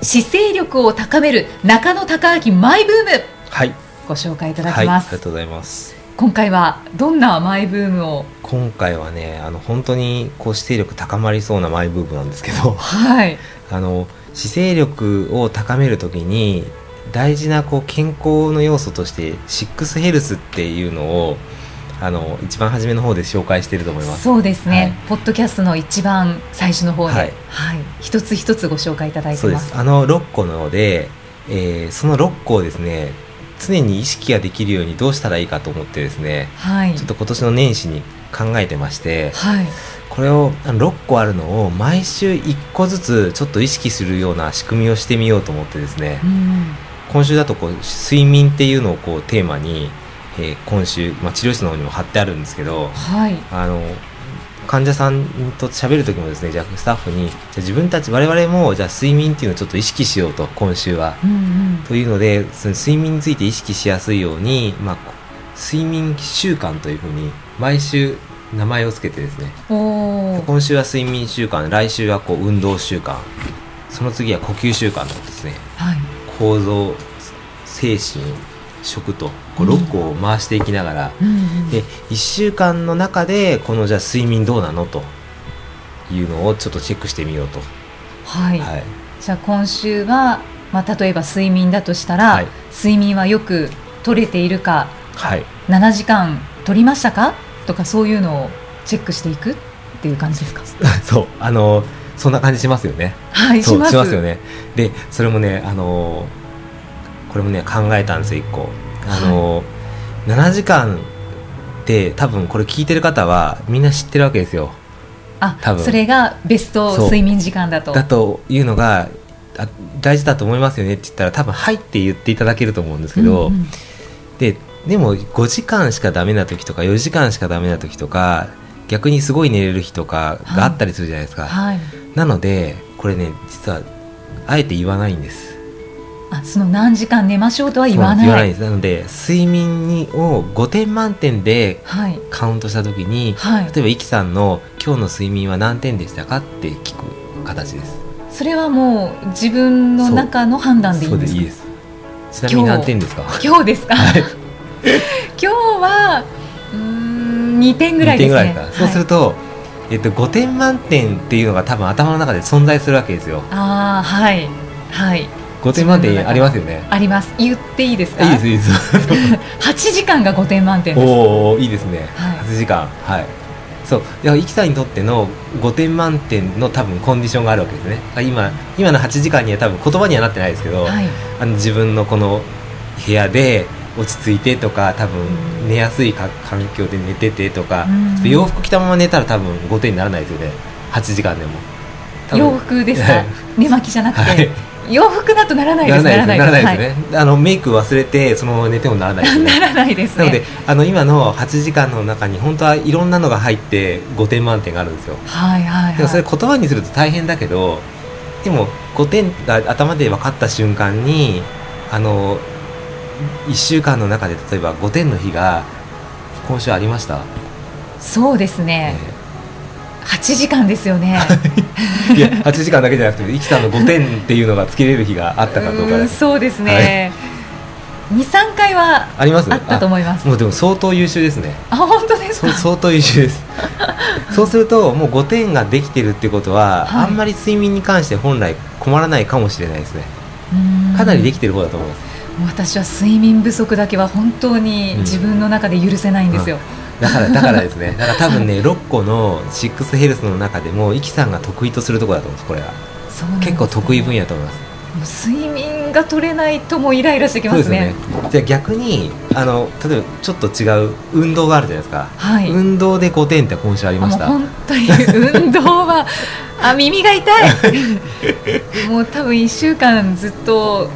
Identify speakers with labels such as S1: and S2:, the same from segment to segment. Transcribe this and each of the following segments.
S1: 姿勢力を高める中野孝明マイブーム
S2: はい
S1: ご紹介いただ
S2: は
S1: き
S2: いあ
S1: ま
S2: り
S1: す、
S2: がとうございます
S1: 今回はどんなマイブームを
S2: 今回はねあの本当にこう姿勢力高まりそうなマイブームなんですけど
S1: はい
S2: あの姿勢力を高めるときに大事なこう健康の要素としてシックスヘルスっていうのをあの一番初めの方で紹介してると思います
S1: そうですね、
S2: は
S1: ポッドキャストの一番最初の方で、は
S2: はいい
S1: 一つ一つご紹介いただいて
S2: そうで
S1: ます
S2: すあの6個ので、えーその6個をですね常に意識ができるようにどうしたらいいかと思ってですね
S1: はい
S2: ちょっと今年の年始に考えてまして、
S1: はい
S2: これをあの6個あるのを毎週1個ずつちょっと意識するような仕組みをしてみようと思ってですね
S1: うん
S2: 今週だとこう睡眠っていうのをこうテーマに、えー今週、まあ、治療室の方にも貼ってあるんですけど
S1: はい
S2: あの患者さんと喋る時もですねじゃあスタッフにじゃあ自分たち我々もじゃあ睡眠っていうのをちょっと意識しようと今週は。
S1: うんうん
S2: というのでその睡眠について意識しやすいように、まあ、こ睡眠習慣というふうに毎週名前をつけてですね
S1: おー
S2: 今週は睡眠習慣来週はこう運動習慣その次は呼吸習慣とですね
S1: はい
S2: 構造精神食とこう6個を回していきながら、
S1: うんうん
S2: で1週間の中でこのじゃあ睡眠どうなのというのをちょっとチェックしてみようと、
S1: はい、
S2: はい、
S1: じゃあ今週は、まあ、例えば睡眠だとしたら、
S2: はい
S1: 睡眠はよく取れているか
S2: はい、
S1: 7時間取りましたかとかそういうのをチェックしていくっていう感じ ですか
S2: そうあのそんな感じしますよね
S1: はい
S2: そう
S1: します
S2: しますよねでそれもねあのこれもね考えたんですよ1個あの、7時間って多分これ聞いてる方はみんな知ってるわけですよ
S1: あ
S2: 多分
S1: それがベスト
S2: そう
S1: 睡眠時間だと
S2: だというのがあ大事だと思いますよねって言ったら多分「はい」って言っていただけると思うんですけど、
S1: うんうん
S2: ででも5時間しかダメな時とか4時間しかダメな時とか逆にすごい寝れる日とかがあったりするじゃないですか、
S1: はい、
S2: なのでこれね実はあえて言わないんです
S1: あその何時間寝ましょうとは言わない
S2: そうなんです言わないですなので睡眠にを5点満点で
S1: はい
S2: カウントした時に、
S1: はい
S2: 例えばイキさんの「今日の睡眠は何点でしたか?」って聞く形です
S1: それはもう自分の中の判断でいい
S2: そうん
S1: で
S2: です
S1: か
S2: すいいですちなみに何点ですか
S1: 今日ですか、
S2: はい
S1: 今日はうーん2点ぐらいですね
S2: 2点ぐらいかそうする
S1: はい
S2: と、えっと、5点満点っていうのが多分頭の中で存在するわけですよ
S1: ああはいはい
S2: 5点満点ありますよね
S1: あります言っていいですか
S2: いいですいいです
S1: 8時間が5点満点です
S2: おおいいですね、
S1: はい
S2: 8時間はいそういやイキさんにとっての5点満点の多分コンディションがあるわけですねあ今今の8時間には多分言葉にはなってないですけど、
S1: はい
S2: あの自分のこの部屋で落ち着いてとか多分寝やすいか環境で寝ててとか
S1: うん
S2: 洋服着たまま寝たら多分5点にならないですよね8時間でも多分
S1: 洋服ですか、
S2: はい
S1: 寝巻きじゃなくて、
S2: はい
S1: 洋服だとならないです
S2: ならないですならない
S1: は
S2: ですね、あのメイク忘れてそのまま寝てもならないです
S1: い
S2: ね
S1: ならないです
S2: な
S1: ね
S2: のであの今の8時間の中に本当はいろんなのが入って5点満点があるんですよ
S1: はい はいは
S2: でも
S1: い
S2: それ言葉にすると大変だけどでも5点が頭で分かった瞬間にあの1週間の中で例えば5点の日が今週ありました、
S1: そうですね、8時間ですよね
S2: いや8時間だけじゃなくてイキさんの5点っていうのがつけれる日があったかどうか
S1: う
S2: で
S1: ん
S2: す
S1: そうですね、23回は
S2: あります
S1: あったと思います
S2: あもうでも相当優秀ですね
S1: あ本当です
S2: そ
S1: か
S2: う相当優秀ですそうするともう5点ができてるってことは、
S1: はい
S2: あんまり睡眠に関して本来困らないかもしれないですね
S1: うん
S2: かなりできてる方だと思います、
S1: 私は睡眠不足だけは本当に自分の中で許せないんですよ、
S2: だからだからで すねだから多分ね6個の6ヘルスの中でもイキさんが得意とするところだと思うんですこれは
S1: そうなんです
S2: 結構得意分野だと思います
S1: もう睡眠点が取れないともイライラしてき
S2: そ
S1: ま
S2: うですすよね
S1: ね。
S2: じゃあ逆にあの例えばちょっと違う運動があるじゃないですか、
S1: はい。
S2: 運動で5点って今週ありました
S1: もう本当に運動 はあ耳が痛い。もう多分一週間ずっと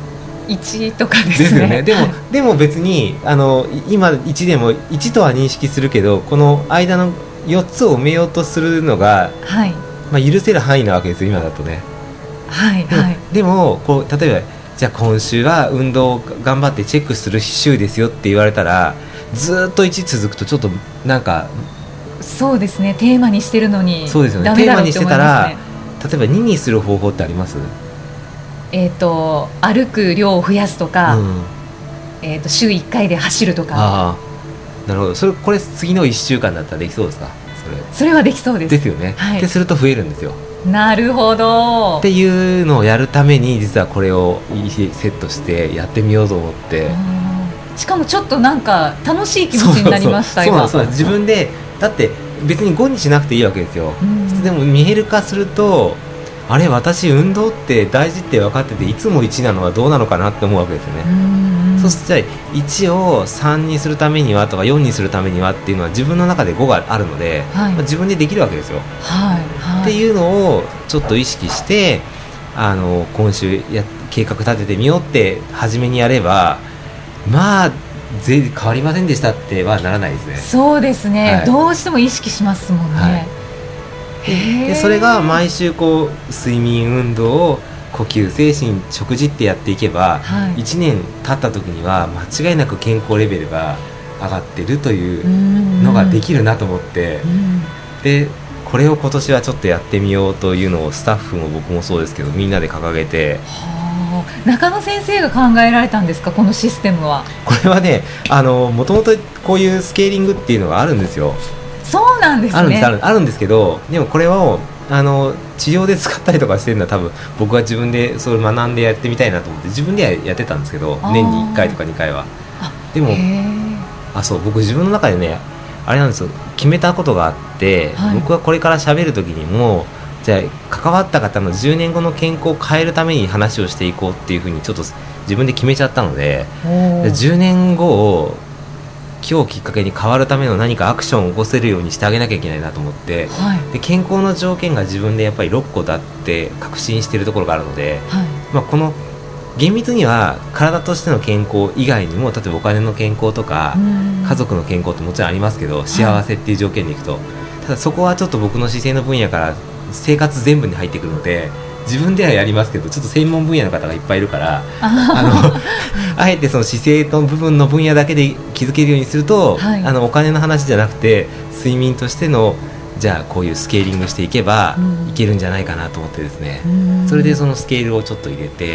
S1: 一とかで
S2: ですす
S1: ね。
S2: よねでもでも別にあのい今1でも1とは認識するけどこの間の4つを埋めようとするのが、
S1: はい
S2: まあ、許せる範囲なわけですよ今だとね
S1: はい
S2: でも,、
S1: はい。
S2: でもこう例えばじゃあ今週は運動を頑張ってチェックする週ですよって言われたらずーっと1続くとちょっとなんか
S1: そうですね。テーマにしてるのに
S2: そうですよね
S1: ダメだろう
S2: テーマにしてたら例えば2にする方法ってあります、
S1: えっ、と歩く量を増やすとか、
S2: うん
S1: えっ、と週一回で走るとか、
S2: ああなるほどそれこれ次の1週間だったらできそうですかそれ
S1: それはできそうです。
S2: ですよね、
S1: はい
S2: ですると増えるんですよ
S1: なるほど。
S2: っていうのをやるために実はこれをいいセットしてやってみようと思って
S1: うんしかもちょっとなんか楽しい気
S2: そう
S1: 持ち
S2: そう
S1: になりました
S2: そうなん
S1: 今
S2: ですそうなんです自分でだって別に5にしなくていいわけですよ
S1: うん
S2: でも見える化するとあれ私運動って大事って分かってていつも1なのはどうなのかなって思うわけですよね、
S1: うん
S2: そしたら1を3にするためにはとか4にするためにはっていうのは自分の中で5があるので、
S1: はい
S2: まあ自分でできるわけですよ、
S1: はいはい
S2: っていうのをちょっと意識してあの今週や計画立ててみようって初めにやればまあぜ変わりませんでしたってはならないですね。
S1: そうですね、
S2: はい
S1: どうしても意識しますもんね、
S2: はい
S1: へー
S2: でそれが毎週こう睡眠運動呼吸精神食事ってやっていけば、
S1: はい
S2: 1年経った時には間違いなく健康レベルが上がってるといううんのができるなと思って、
S1: うん
S2: でこれを今年はちょっとやってみようというのをスタッフも僕もそうですけどみんなで掲げて
S1: はあ中野先生が考えられたんですかこのシステムは
S2: これはねあのもともとこういうスケーリングっていうのがあるんですよ
S1: そうなんですね
S2: あるんですあるあるんですけどでもこれをあの治療で使ったりとかしてるのは多分僕は自分でそれ学んでやってみたいなと思って自分ではやってたんですけど
S1: あー
S2: 年に1回とか2回は
S1: あ
S2: でも
S1: へー
S2: あそう僕自分の中でねあれなんですよ決めたことがあって、
S1: はい
S2: 僕はこれから喋る時にもじゃあ関わった方の10年後の健康を変えるために話をしていこうっていうふうにちょっと自分で決めちゃったので、
S1: おー
S2: 10年後を今日きっかけに変わるための何かアクションを起こせるようにしてあげなきゃいけないなと思って
S1: はい
S2: で健康の条件が自分でやっぱり6個だって確信してるところがあるので、
S1: はい
S2: まあ、この厳密には体としての健康以外にも例えばお金の健康とか、
S1: うん
S2: 家族の健康ってもちろんありますけど幸せっていう条件でいくと、ただそこはちょっと僕の姿勢の分野から生活全部に入ってくるので自分ではやりますけどちょっと専門分野の方がいっぱいいるからあの あえてその姿勢の部分の分野だけで気づけるようにすると、
S1: はい
S2: あのお金の話じゃなくて睡眠としてのじゃあこういうスケーリングしていけば
S1: うん
S2: いけるんじゃないかなと思ってですね、
S1: うん
S2: それでそのスケールをちょっと入れて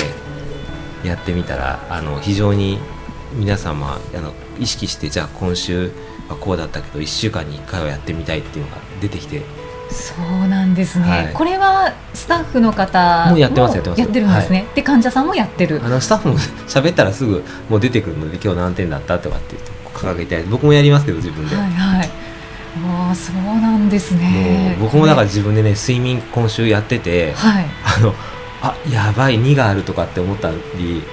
S2: やってみたらあの非常に皆様あの意識してじゃあ今週はこうだったけど1週間に1回はやってみたいっていうのが出てきて
S1: そうなんですね、
S2: はい
S1: これはスタッフの方
S2: もうやってますやってます
S1: やってるんですね、で患者さんもやってる
S2: あのスタッフも 喋ったらすぐもう出てくるので今日何点だったとかって言って掲げて僕もやりますけど自分で、
S1: はいはい。ああ、そうなんですね。
S2: もう僕もだから自分でね睡眠今週やってて、
S1: はい。
S2: あのあやばい2があるとかって 思ったり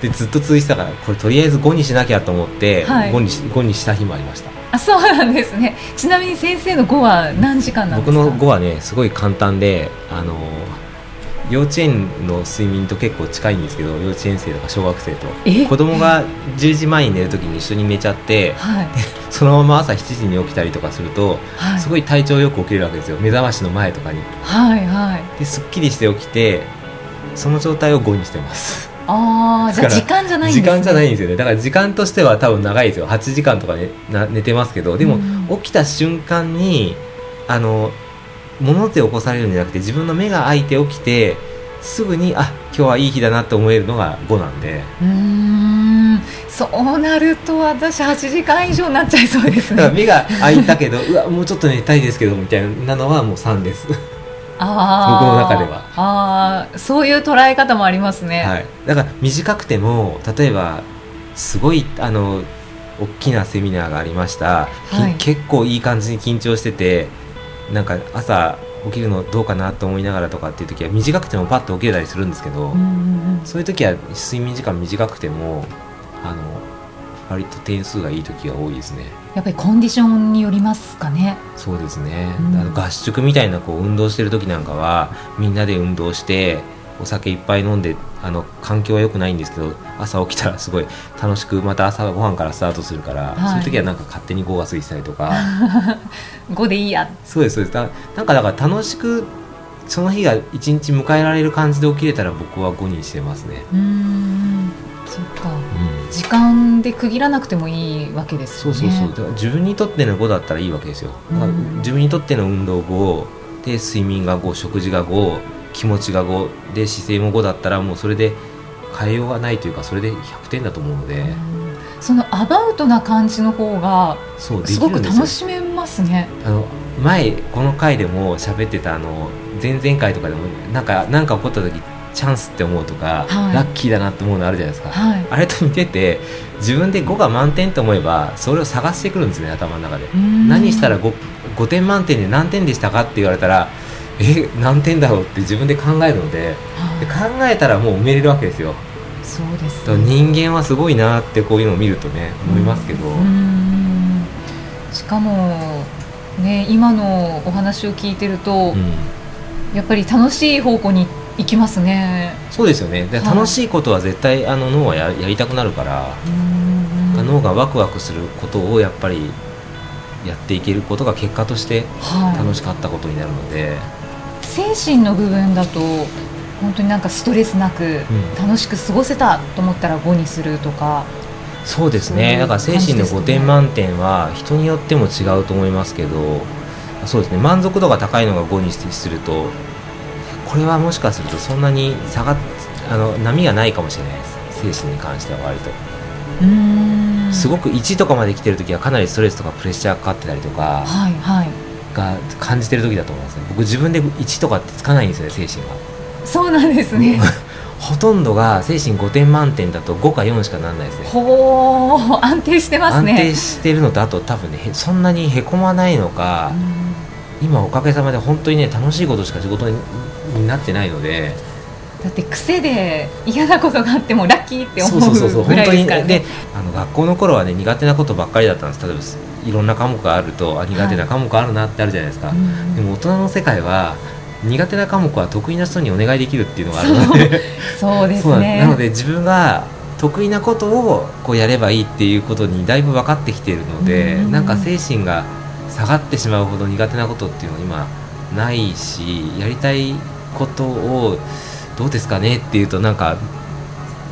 S2: ででずっと続いてたからこれとりあえず5にしなきゃと思って、
S1: はい
S2: 5, にし5にした日もありました
S1: あ、そうなんですね。ちなみに先生の5は何時間なんです
S2: 僕
S1: か。
S2: の5はねすごい簡単であの幼稚園の睡眠と結構近いんですけど幼稚園生とか小学生と
S1: え
S2: 子供が10時前に寝る時に一緒に寝ちゃって
S1: はい。
S2: そのまま朝7時に起きたりとかすると
S1: はい。
S2: すごい体調よく起きれるわけですよ目覚ましの前とかに
S1: はいはい。
S2: ですっきりして起きてその状態を5にしてます
S1: ああ、じゃあ
S2: だから
S1: 時間じゃないんです、
S2: 時
S1: ね。
S2: 間じゃないんですよねだから時間としては多分長いですよ8時間とか、ね、な寝てますけどで
S1: う
S2: も、
S1: ん
S2: 起きた瞬間にあの物で起こされるんじゃなくて自分の目が開いて起きてすぐにあ今日はいい日だなって思えるのが5なんで
S1: うーん。そうなると私8時間以上になっちゃいそうです
S2: だから
S1: ね。
S2: 目が開いたけどうわもうちょっと寝たいですけどみたいなのはもう3です、は
S1: ああ。
S2: 僕の中では
S1: ああ、そういう捉え方もありますね。
S2: い、だから短くても例えばすごいあの大きなセミナーがありました、き
S1: はい
S2: 結構いい感じに緊張しててなんか朝起きるのどうかなと思いながらとかっていう時は短くてもパッと起きれたりするんですけど、
S1: うんうんうん
S2: そういう時は睡眠時間短くてもあの割と点数がいい時が多いですね
S1: やっぱりコンディションによりますかね。
S2: そうですね、
S1: うん
S2: あの合宿みたいなこう運動してる時なんかはみんなで運動してお酒いっぱい飲んであの環境は良くないんですけど朝起きたらすごい楽しくまた朝ごはんからスタートするから、
S1: はい
S2: そういう時はなんか勝手に5が過ぎてたりとか
S1: 5でいいや。
S2: そうですそうですだなんかだから楽しくその日が一日迎えられる感じで起きれたら僕は5にしてますね、
S1: うーん。そっか。
S2: うん、
S1: 時間で区切らなくてもいいわけです
S2: そ
S1: よ
S2: う
S1: ね。
S2: そうそう、だから自分にとっての5だったらいいわけですよ、だか
S1: う
S2: ら
S1: ん
S2: 自分にとっての運動5で睡眠が5食事が5気持ちが5で姿勢も5だったらもうそれで変えようがないというかそれで100点だと思うので、
S1: うんそのアバウトな感じの方が
S2: そうですき
S1: ご
S2: るん
S1: く
S2: ですよ
S1: 楽しめますね。
S2: あの前この回でも喋ってたあの前々回とかでもなんかなんか起こった時チャンスって思うとか、
S1: はい
S2: ラッキーだなって思うのあるじゃないですか、
S1: はい。
S2: あれと似てて自分で5が満点と思えばそれを探してくるんですね頭の中で。何
S1: 何
S2: したら 5, 5点満点で何点でしたかって言われたらえ何点だろうって自分で考えるのでで考えたらもう埋めれるわけですよ
S1: そうで
S2: だ
S1: す
S2: から人間はすごいなってこういうのを見るとね思いますけど、
S1: うんしかもね今のお話を聞いてると、
S2: うん
S1: やっぱり楽しい方向に行きますね。
S2: そうですよねで
S1: はい
S2: 楽しいことは絶対あの脳はややりたくなるから、脳がワクワクすることをやっぱりやっていけることが結果として楽
S1: は
S2: しかったことになるので、
S1: い、精神の部分だと本当になんかストレスなく
S2: うん
S1: 楽しく過ごせたと思ったら5にするとか、
S2: そうです
S1: そういう
S2: ね。だから精神の
S1: 感じですね
S2: 5点満点は人によっても違うと思いますけど、そうですね。満足度が高いのが5にすると、これはもしかするとそんなに下がっあの波がないかもしれないです。精神に関しては割と。
S1: うん
S2: すごく1とかまで来てる時はかなりストレスとかプレッシャーかかってたりとか
S1: はいはい
S2: が感じてる時だと思うんですね。僕自分で1とかってつかないんですよね、精神が。
S1: そうなんですね。
S2: ほとんどが精神5点満点だと5か4しかならないですね。
S1: ほう安定してます
S2: 安
S1: ね。
S2: 定してるのとあと多分ねへそんなにへこまないのか、今おかげさまで本当にね楽しいことしか仕事にになってないので
S1: だって癖で嫌なことがあってもラッキーって思
S2: そうそうそうそう
S1: うぐ
S2: 本
S1: らい
S2: 当
S1: で
S2: に
S1: すから
S2: で
S1: ね。
S2: あの学校の頃はね苦手なことばっかりだったんです例えばすいろんな科目があるとあ苦手な科目あるなってあるじゃないですか、
S1: うん
S2: でも大人の世界は苦手な科目は得意な人にお願いできるっていうのがあるので
S1: そうで
S2: そうな
S1: す
S2: んです
S1: ね。
S2: なので自分が得意なことをこうやればいいっていうことにだいぶ分かってきているので、
S1: うん
S2: なんか精神が下がってしまうほど苦手なことっていうのは今ないしやりたいことをどうですかねっていうとなんか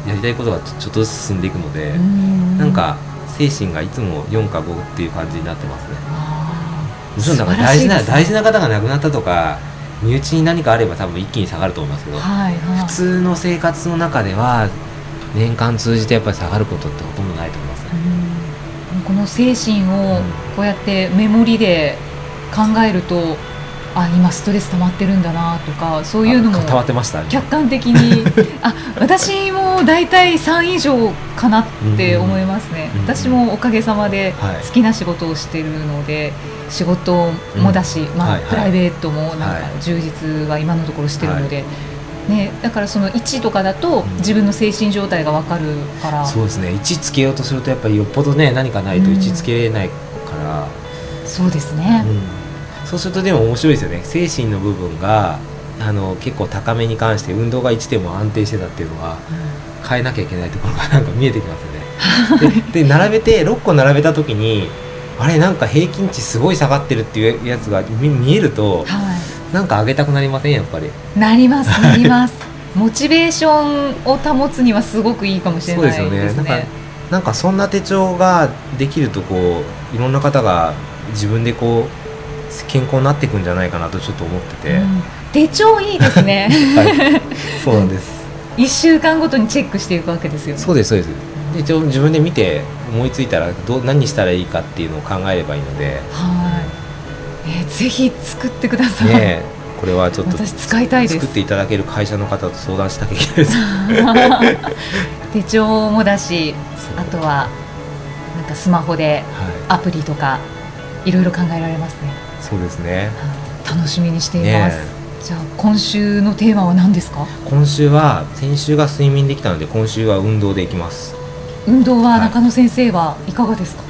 S2: やりたいことがちょちょっとずつ進んでいくので、
S1: うん
S2: なんか精神がいつも4か5っていう感じになってますね。
S1: あ
S2: もちろんだから
S1: 素晴らし
S2: 大
S1: い
S2: 事な、
S1: ですね
S2: 大事な方が亡くなったとか身内に何かあれば多分一気に下がると思いますけ
S1: ー
S2: ど。
S1: はいはい。
S2: 普通の生活の中では年間通じてやっぱり下がることってほとんどないと思いますね。
S1: うんこの精神をこうやってメモリで考えると、あ今ストレス溜まってるんだなとかそういうのも
S2: あ固まってました。
S1: 客観的 にあ私も大体3以上かなって思いますね、
S2: うん
S1: 私もおかげさまで
S2: はい
S1: 好きな仕事をしてるので、仕事もだし、まあ
S2: はいはい
S1: プライベートもなん
S2: は
S1: か充実は今のところしてるので、ね、だからその1とかだと
S2: うん
S1: 自分の精神状態が分かるから、
S2: そうですね。位置つけようとするとやっぱりよっぽどね何かないと
S1: うん
S2: 位置つけれないから、
S1: そうですね。
S2: うんそうするとでも面白いですよね。精神の部分があの結構高めに関して運動が1でも安定してたっていうのは変えなきゃいけないところが なんか見えてきますよね。でで並べて6個並べた時にあれなんか平均値すごい下がってるっていうやつが見見えると。
S1: はい
S2: なんか上げたくなりませんやっぱり。
S1: なりますなります モチベーションを保つにはすごくいいかもしれないですね
S2: なんかなんかそんな手帳ができるとこういろんな方が自分でこう健康になっていくんじゃないかなとちょっと思ってて。
S1: うん手帳いいですね
S2: はい。 そうなんです。
S1: 一週間ごとにチェックしていくわけですよね
S2: そうですそうです。で一応自分で見て思いついたらどう何したらいいかっていうのを考えればいいので。
S1: はい、えーぜひ作ってください、
S2: ねえこれはちょっと。
S1: 私使いたいで
S2: 作
S1: す
S2: っていただける会社の方と相談しなきゃいけないです。
S1: 手帳もだしあと
S2: は
S1: はなんかスマホで
S2: い、
S1: アプリとかいろいろ考えられますね
S2: そうですね。
S1: 楽しみにしています、
S2: ね
S1: じゃあ今週のテーマは何ですか
S2: 今週は先週が睡眠できたので今週は運動でいきます
S1: 運動は
S2: はい
S1: 中野先生はいかがですか、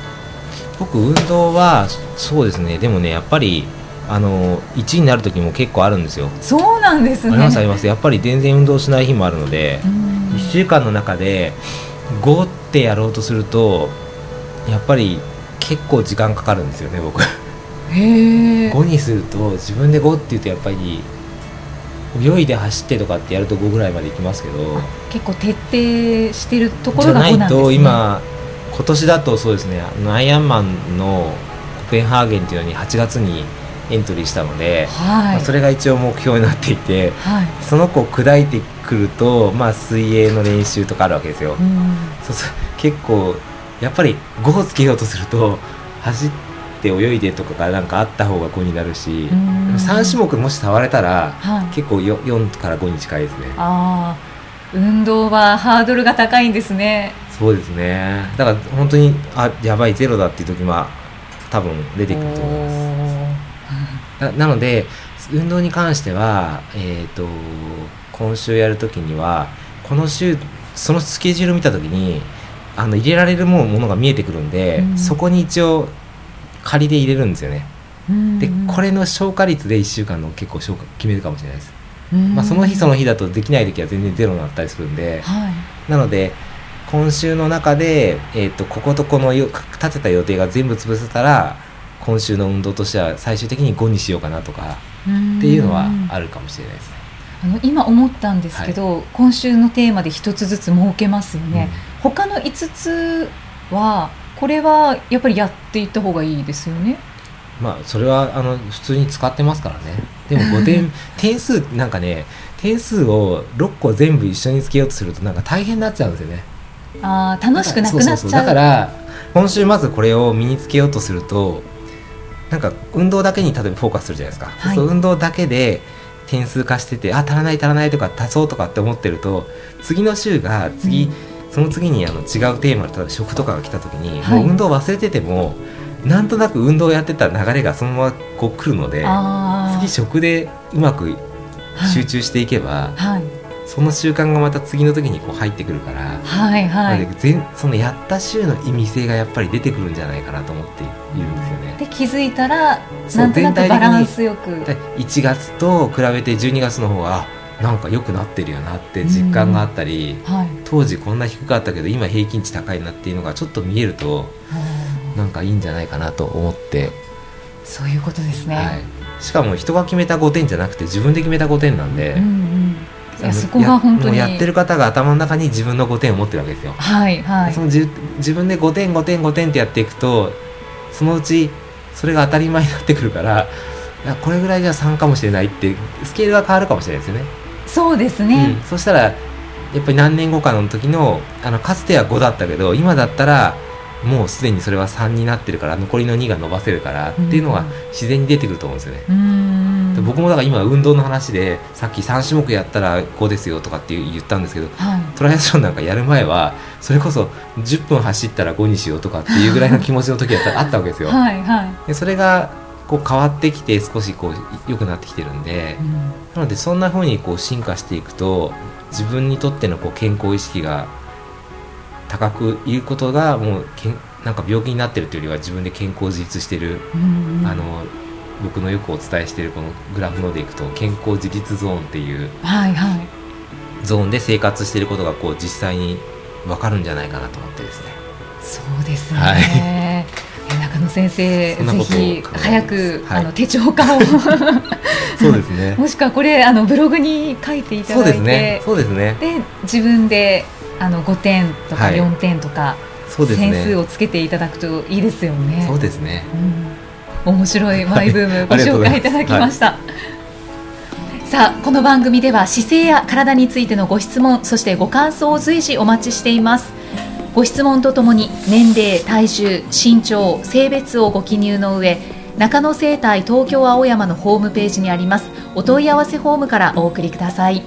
S2: 僕運動はそうですねでもねやっぱりあの1位になる時も結構あるんですよ
S1: そうなんです
S2: あ
S1: ね
S2: りますありますやっぱり全然運動しない日もあるので
S1: うん
S2: 1週間の中で5ってやろうとするとやっぱり結構時間かかるんですよね僕
S1: へえ
S2: 5にすると自分で5って言うとやっぱり泳いで走ってとかってやると5ぐらいまでいきますけど
S1: 結構徹底してるとこ
S2: じゃ
S1: ろが
S2: な
S1: 5なん
S2: い
S1: です、ね、
S2: と今今年だとそうですねあのアイアンマンのコペンハーゲンっていうのに8月にエントリーしたので、
S1: はい、
S2: まあそれが一応目標になっていて
S1: はい
S2: その子を砕いてくると、まあ、水泳の練習とかあるわけですよ、
S1: うん
S2: そうそう結構やっぱり5をつけようとすると走って泳いでとかがなんかあった方が5になるし、
S1: うん
S2: 3種目もし触れたら
S1: はい
S2: 結構よ4から5に近いですね
S1: ああ運動はハードルが高いんですね
S2: そうですねだから本当にあやばいゼロだっていう時は多分出てくると思いますななので運動に関してはえっ、と今週やる時にはこの週そのスケジュール見た時にあの入れられるもものが見えてくるんで、
S1: うん
S2: そこに一応仮で入れるんですよね
S1: うん
S2: でこれの消化率で1週間の結構消化決めるかもしれないです、
S1: うん
S2: まあ、その日その日だとできない時は全然ゼロになったりするんで、
S1: はい
S2: なので今週の中で、えー、とこことこのよ立てた予定が全部潰せたら今週の運動としては最終的に5にしようかなとかっていうのは
S1: ん
S2: あるかもしれないですね。
S1: あの今思ったんですけど、今週のテーマで一つずつ設けますよね、他の5つはこれはやっぱりやっていった方がいいですよね
S2: うんまあそれはあの普通に使ってますからね。で も5点点数なんかね点数を6個全部一緒につけようとするとなんか大変になっちゃうんですよね。
S1: あー楽しくなくなっちゃう
S2: そうそうそうだから今週まずこれを身につけようとするとなんか運動だけに例えばフォーカスするじゃないですか、
S1: はい
S2: そう運動だけで点数化しててあ足らない足らないとか足そうとかって思ってると次の週が次、
S1: うん
S2: その次にあの違うテーマ例えば食とかが来た時に、
S1: はい
S2: もう運動忘れててもなんとなく運動をやってた流れがそのままこう来るので
S1: あー
S2: 次食でうまく集中していけば、
S1: はい
S2: その習慣がまた次の時にこう入ってくるから。
S1: はいはい、
S2: なので全そのやった週の意味性がやっぱり出てくるんじゃないかなと思っているんですよね。
S1: で気づいたら
S2: そ
S1: な
S2: う
S1: んとなく
S2: 全体的
S1: バ
S2: に
S1: ランスよく
S2: で1月と比べて12月の方があなんか良くなってるよなって実感があったり、
S1: はい
S2: 当時こんな低かったけど今平均値高いなっていうのがちょっと見えるとなんかいいんじゃないかなと思って、
S1: そういうことですね、
S2: はい、しかも人が決めた5点じゃなくて自分で決めた5点なんで
S1: うん、うんい
S2: あ
S1: や
S2: の
S1: そこが本当に
S2: やもうやってる方が頭の中に自分の5点を持ってるわけですよ。
S1: はいはい
S2: そのじゅ自分で5点5点5点ってやっていくとそのうちそれが当たり前になってくるからいやこれぐらいじゃ3かもしれないってスケールが変わるかもしれないですよね。
S1: そうですね
S2: うん、、そしたらやっぱり何年後かの時のあのかつては5だったけど今だったらもうすでにそれは3になってるから残りの2が伸ばせるからっていうのが自然に出てくると思うんですよね。
S1: うーん、
S2: で僕もだから今運動の話でさっき3種目やったら5ですよとかって言ったんですけど
S1: はい
S2: トライアスロンなんかやる前はそれこそ10分走ったら5にしようとかっていうぐらいの気持ちの時だったらあったわけですよ。
S1: はいはい、
S2: でそれがこう変わってきて少しこう良くなってきてるんで
S1: うん
S2: なのでそんな風にこう進化していくと自分にとってのこう健康意識が高くいうことがもうけんなんか病気になってるというよりは自分で健康自立してる、
S1: うんうん
S2: あの僕のよくお伝えしてるこのグラフのでいくと健康自立ゾーンっていう
S1: はいはい
S2: ゾーンで生活していることがこう実際に分かるんじゃないかなと思ってですね
S1: そうですね、
S2: はい
S1: え中野先生
S2: そんな
S1: ぜ
S2: ことを考え
S1: ひ
S2: てます
S1: 早く、
S2: はい
S1: あの手帳化を
S2: そうですね
S1: もしくはこれあのブログに書いていた
S2: そう
S1: だい
S2: で
S1: て
S2: すねそうですね
S1: で自分であの5点とか
S2: はい
S1: 4点とか、
S2: そうです
S1: 点数
S2: ね
S1: をつけていただくといいですよね。
S2: そうですね
S1: うん、面白いマイブームご紹介いただきました。さあこの番組では姿勢や体についてのご質問そしてご感想を随時お待ちしていますご質問とともに年齢体重身長性別をご記入の上中野生態東京青山のホームページにありますお問い合わせフォームからお送りください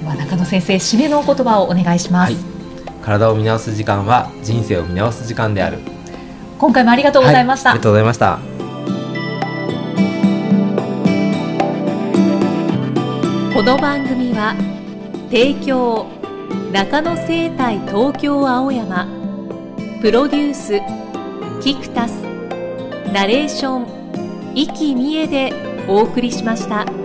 S1: では中野先生締めのお言葉をお願いします、
S2: はい体を見直す時間は人生を見直す時間である
S1: 今回もありがとうございました、
S2: はありがとうございました
S1: この番組は提供中野生態東京青山プロデュースキクタスナレーション生きみえでお送りしました。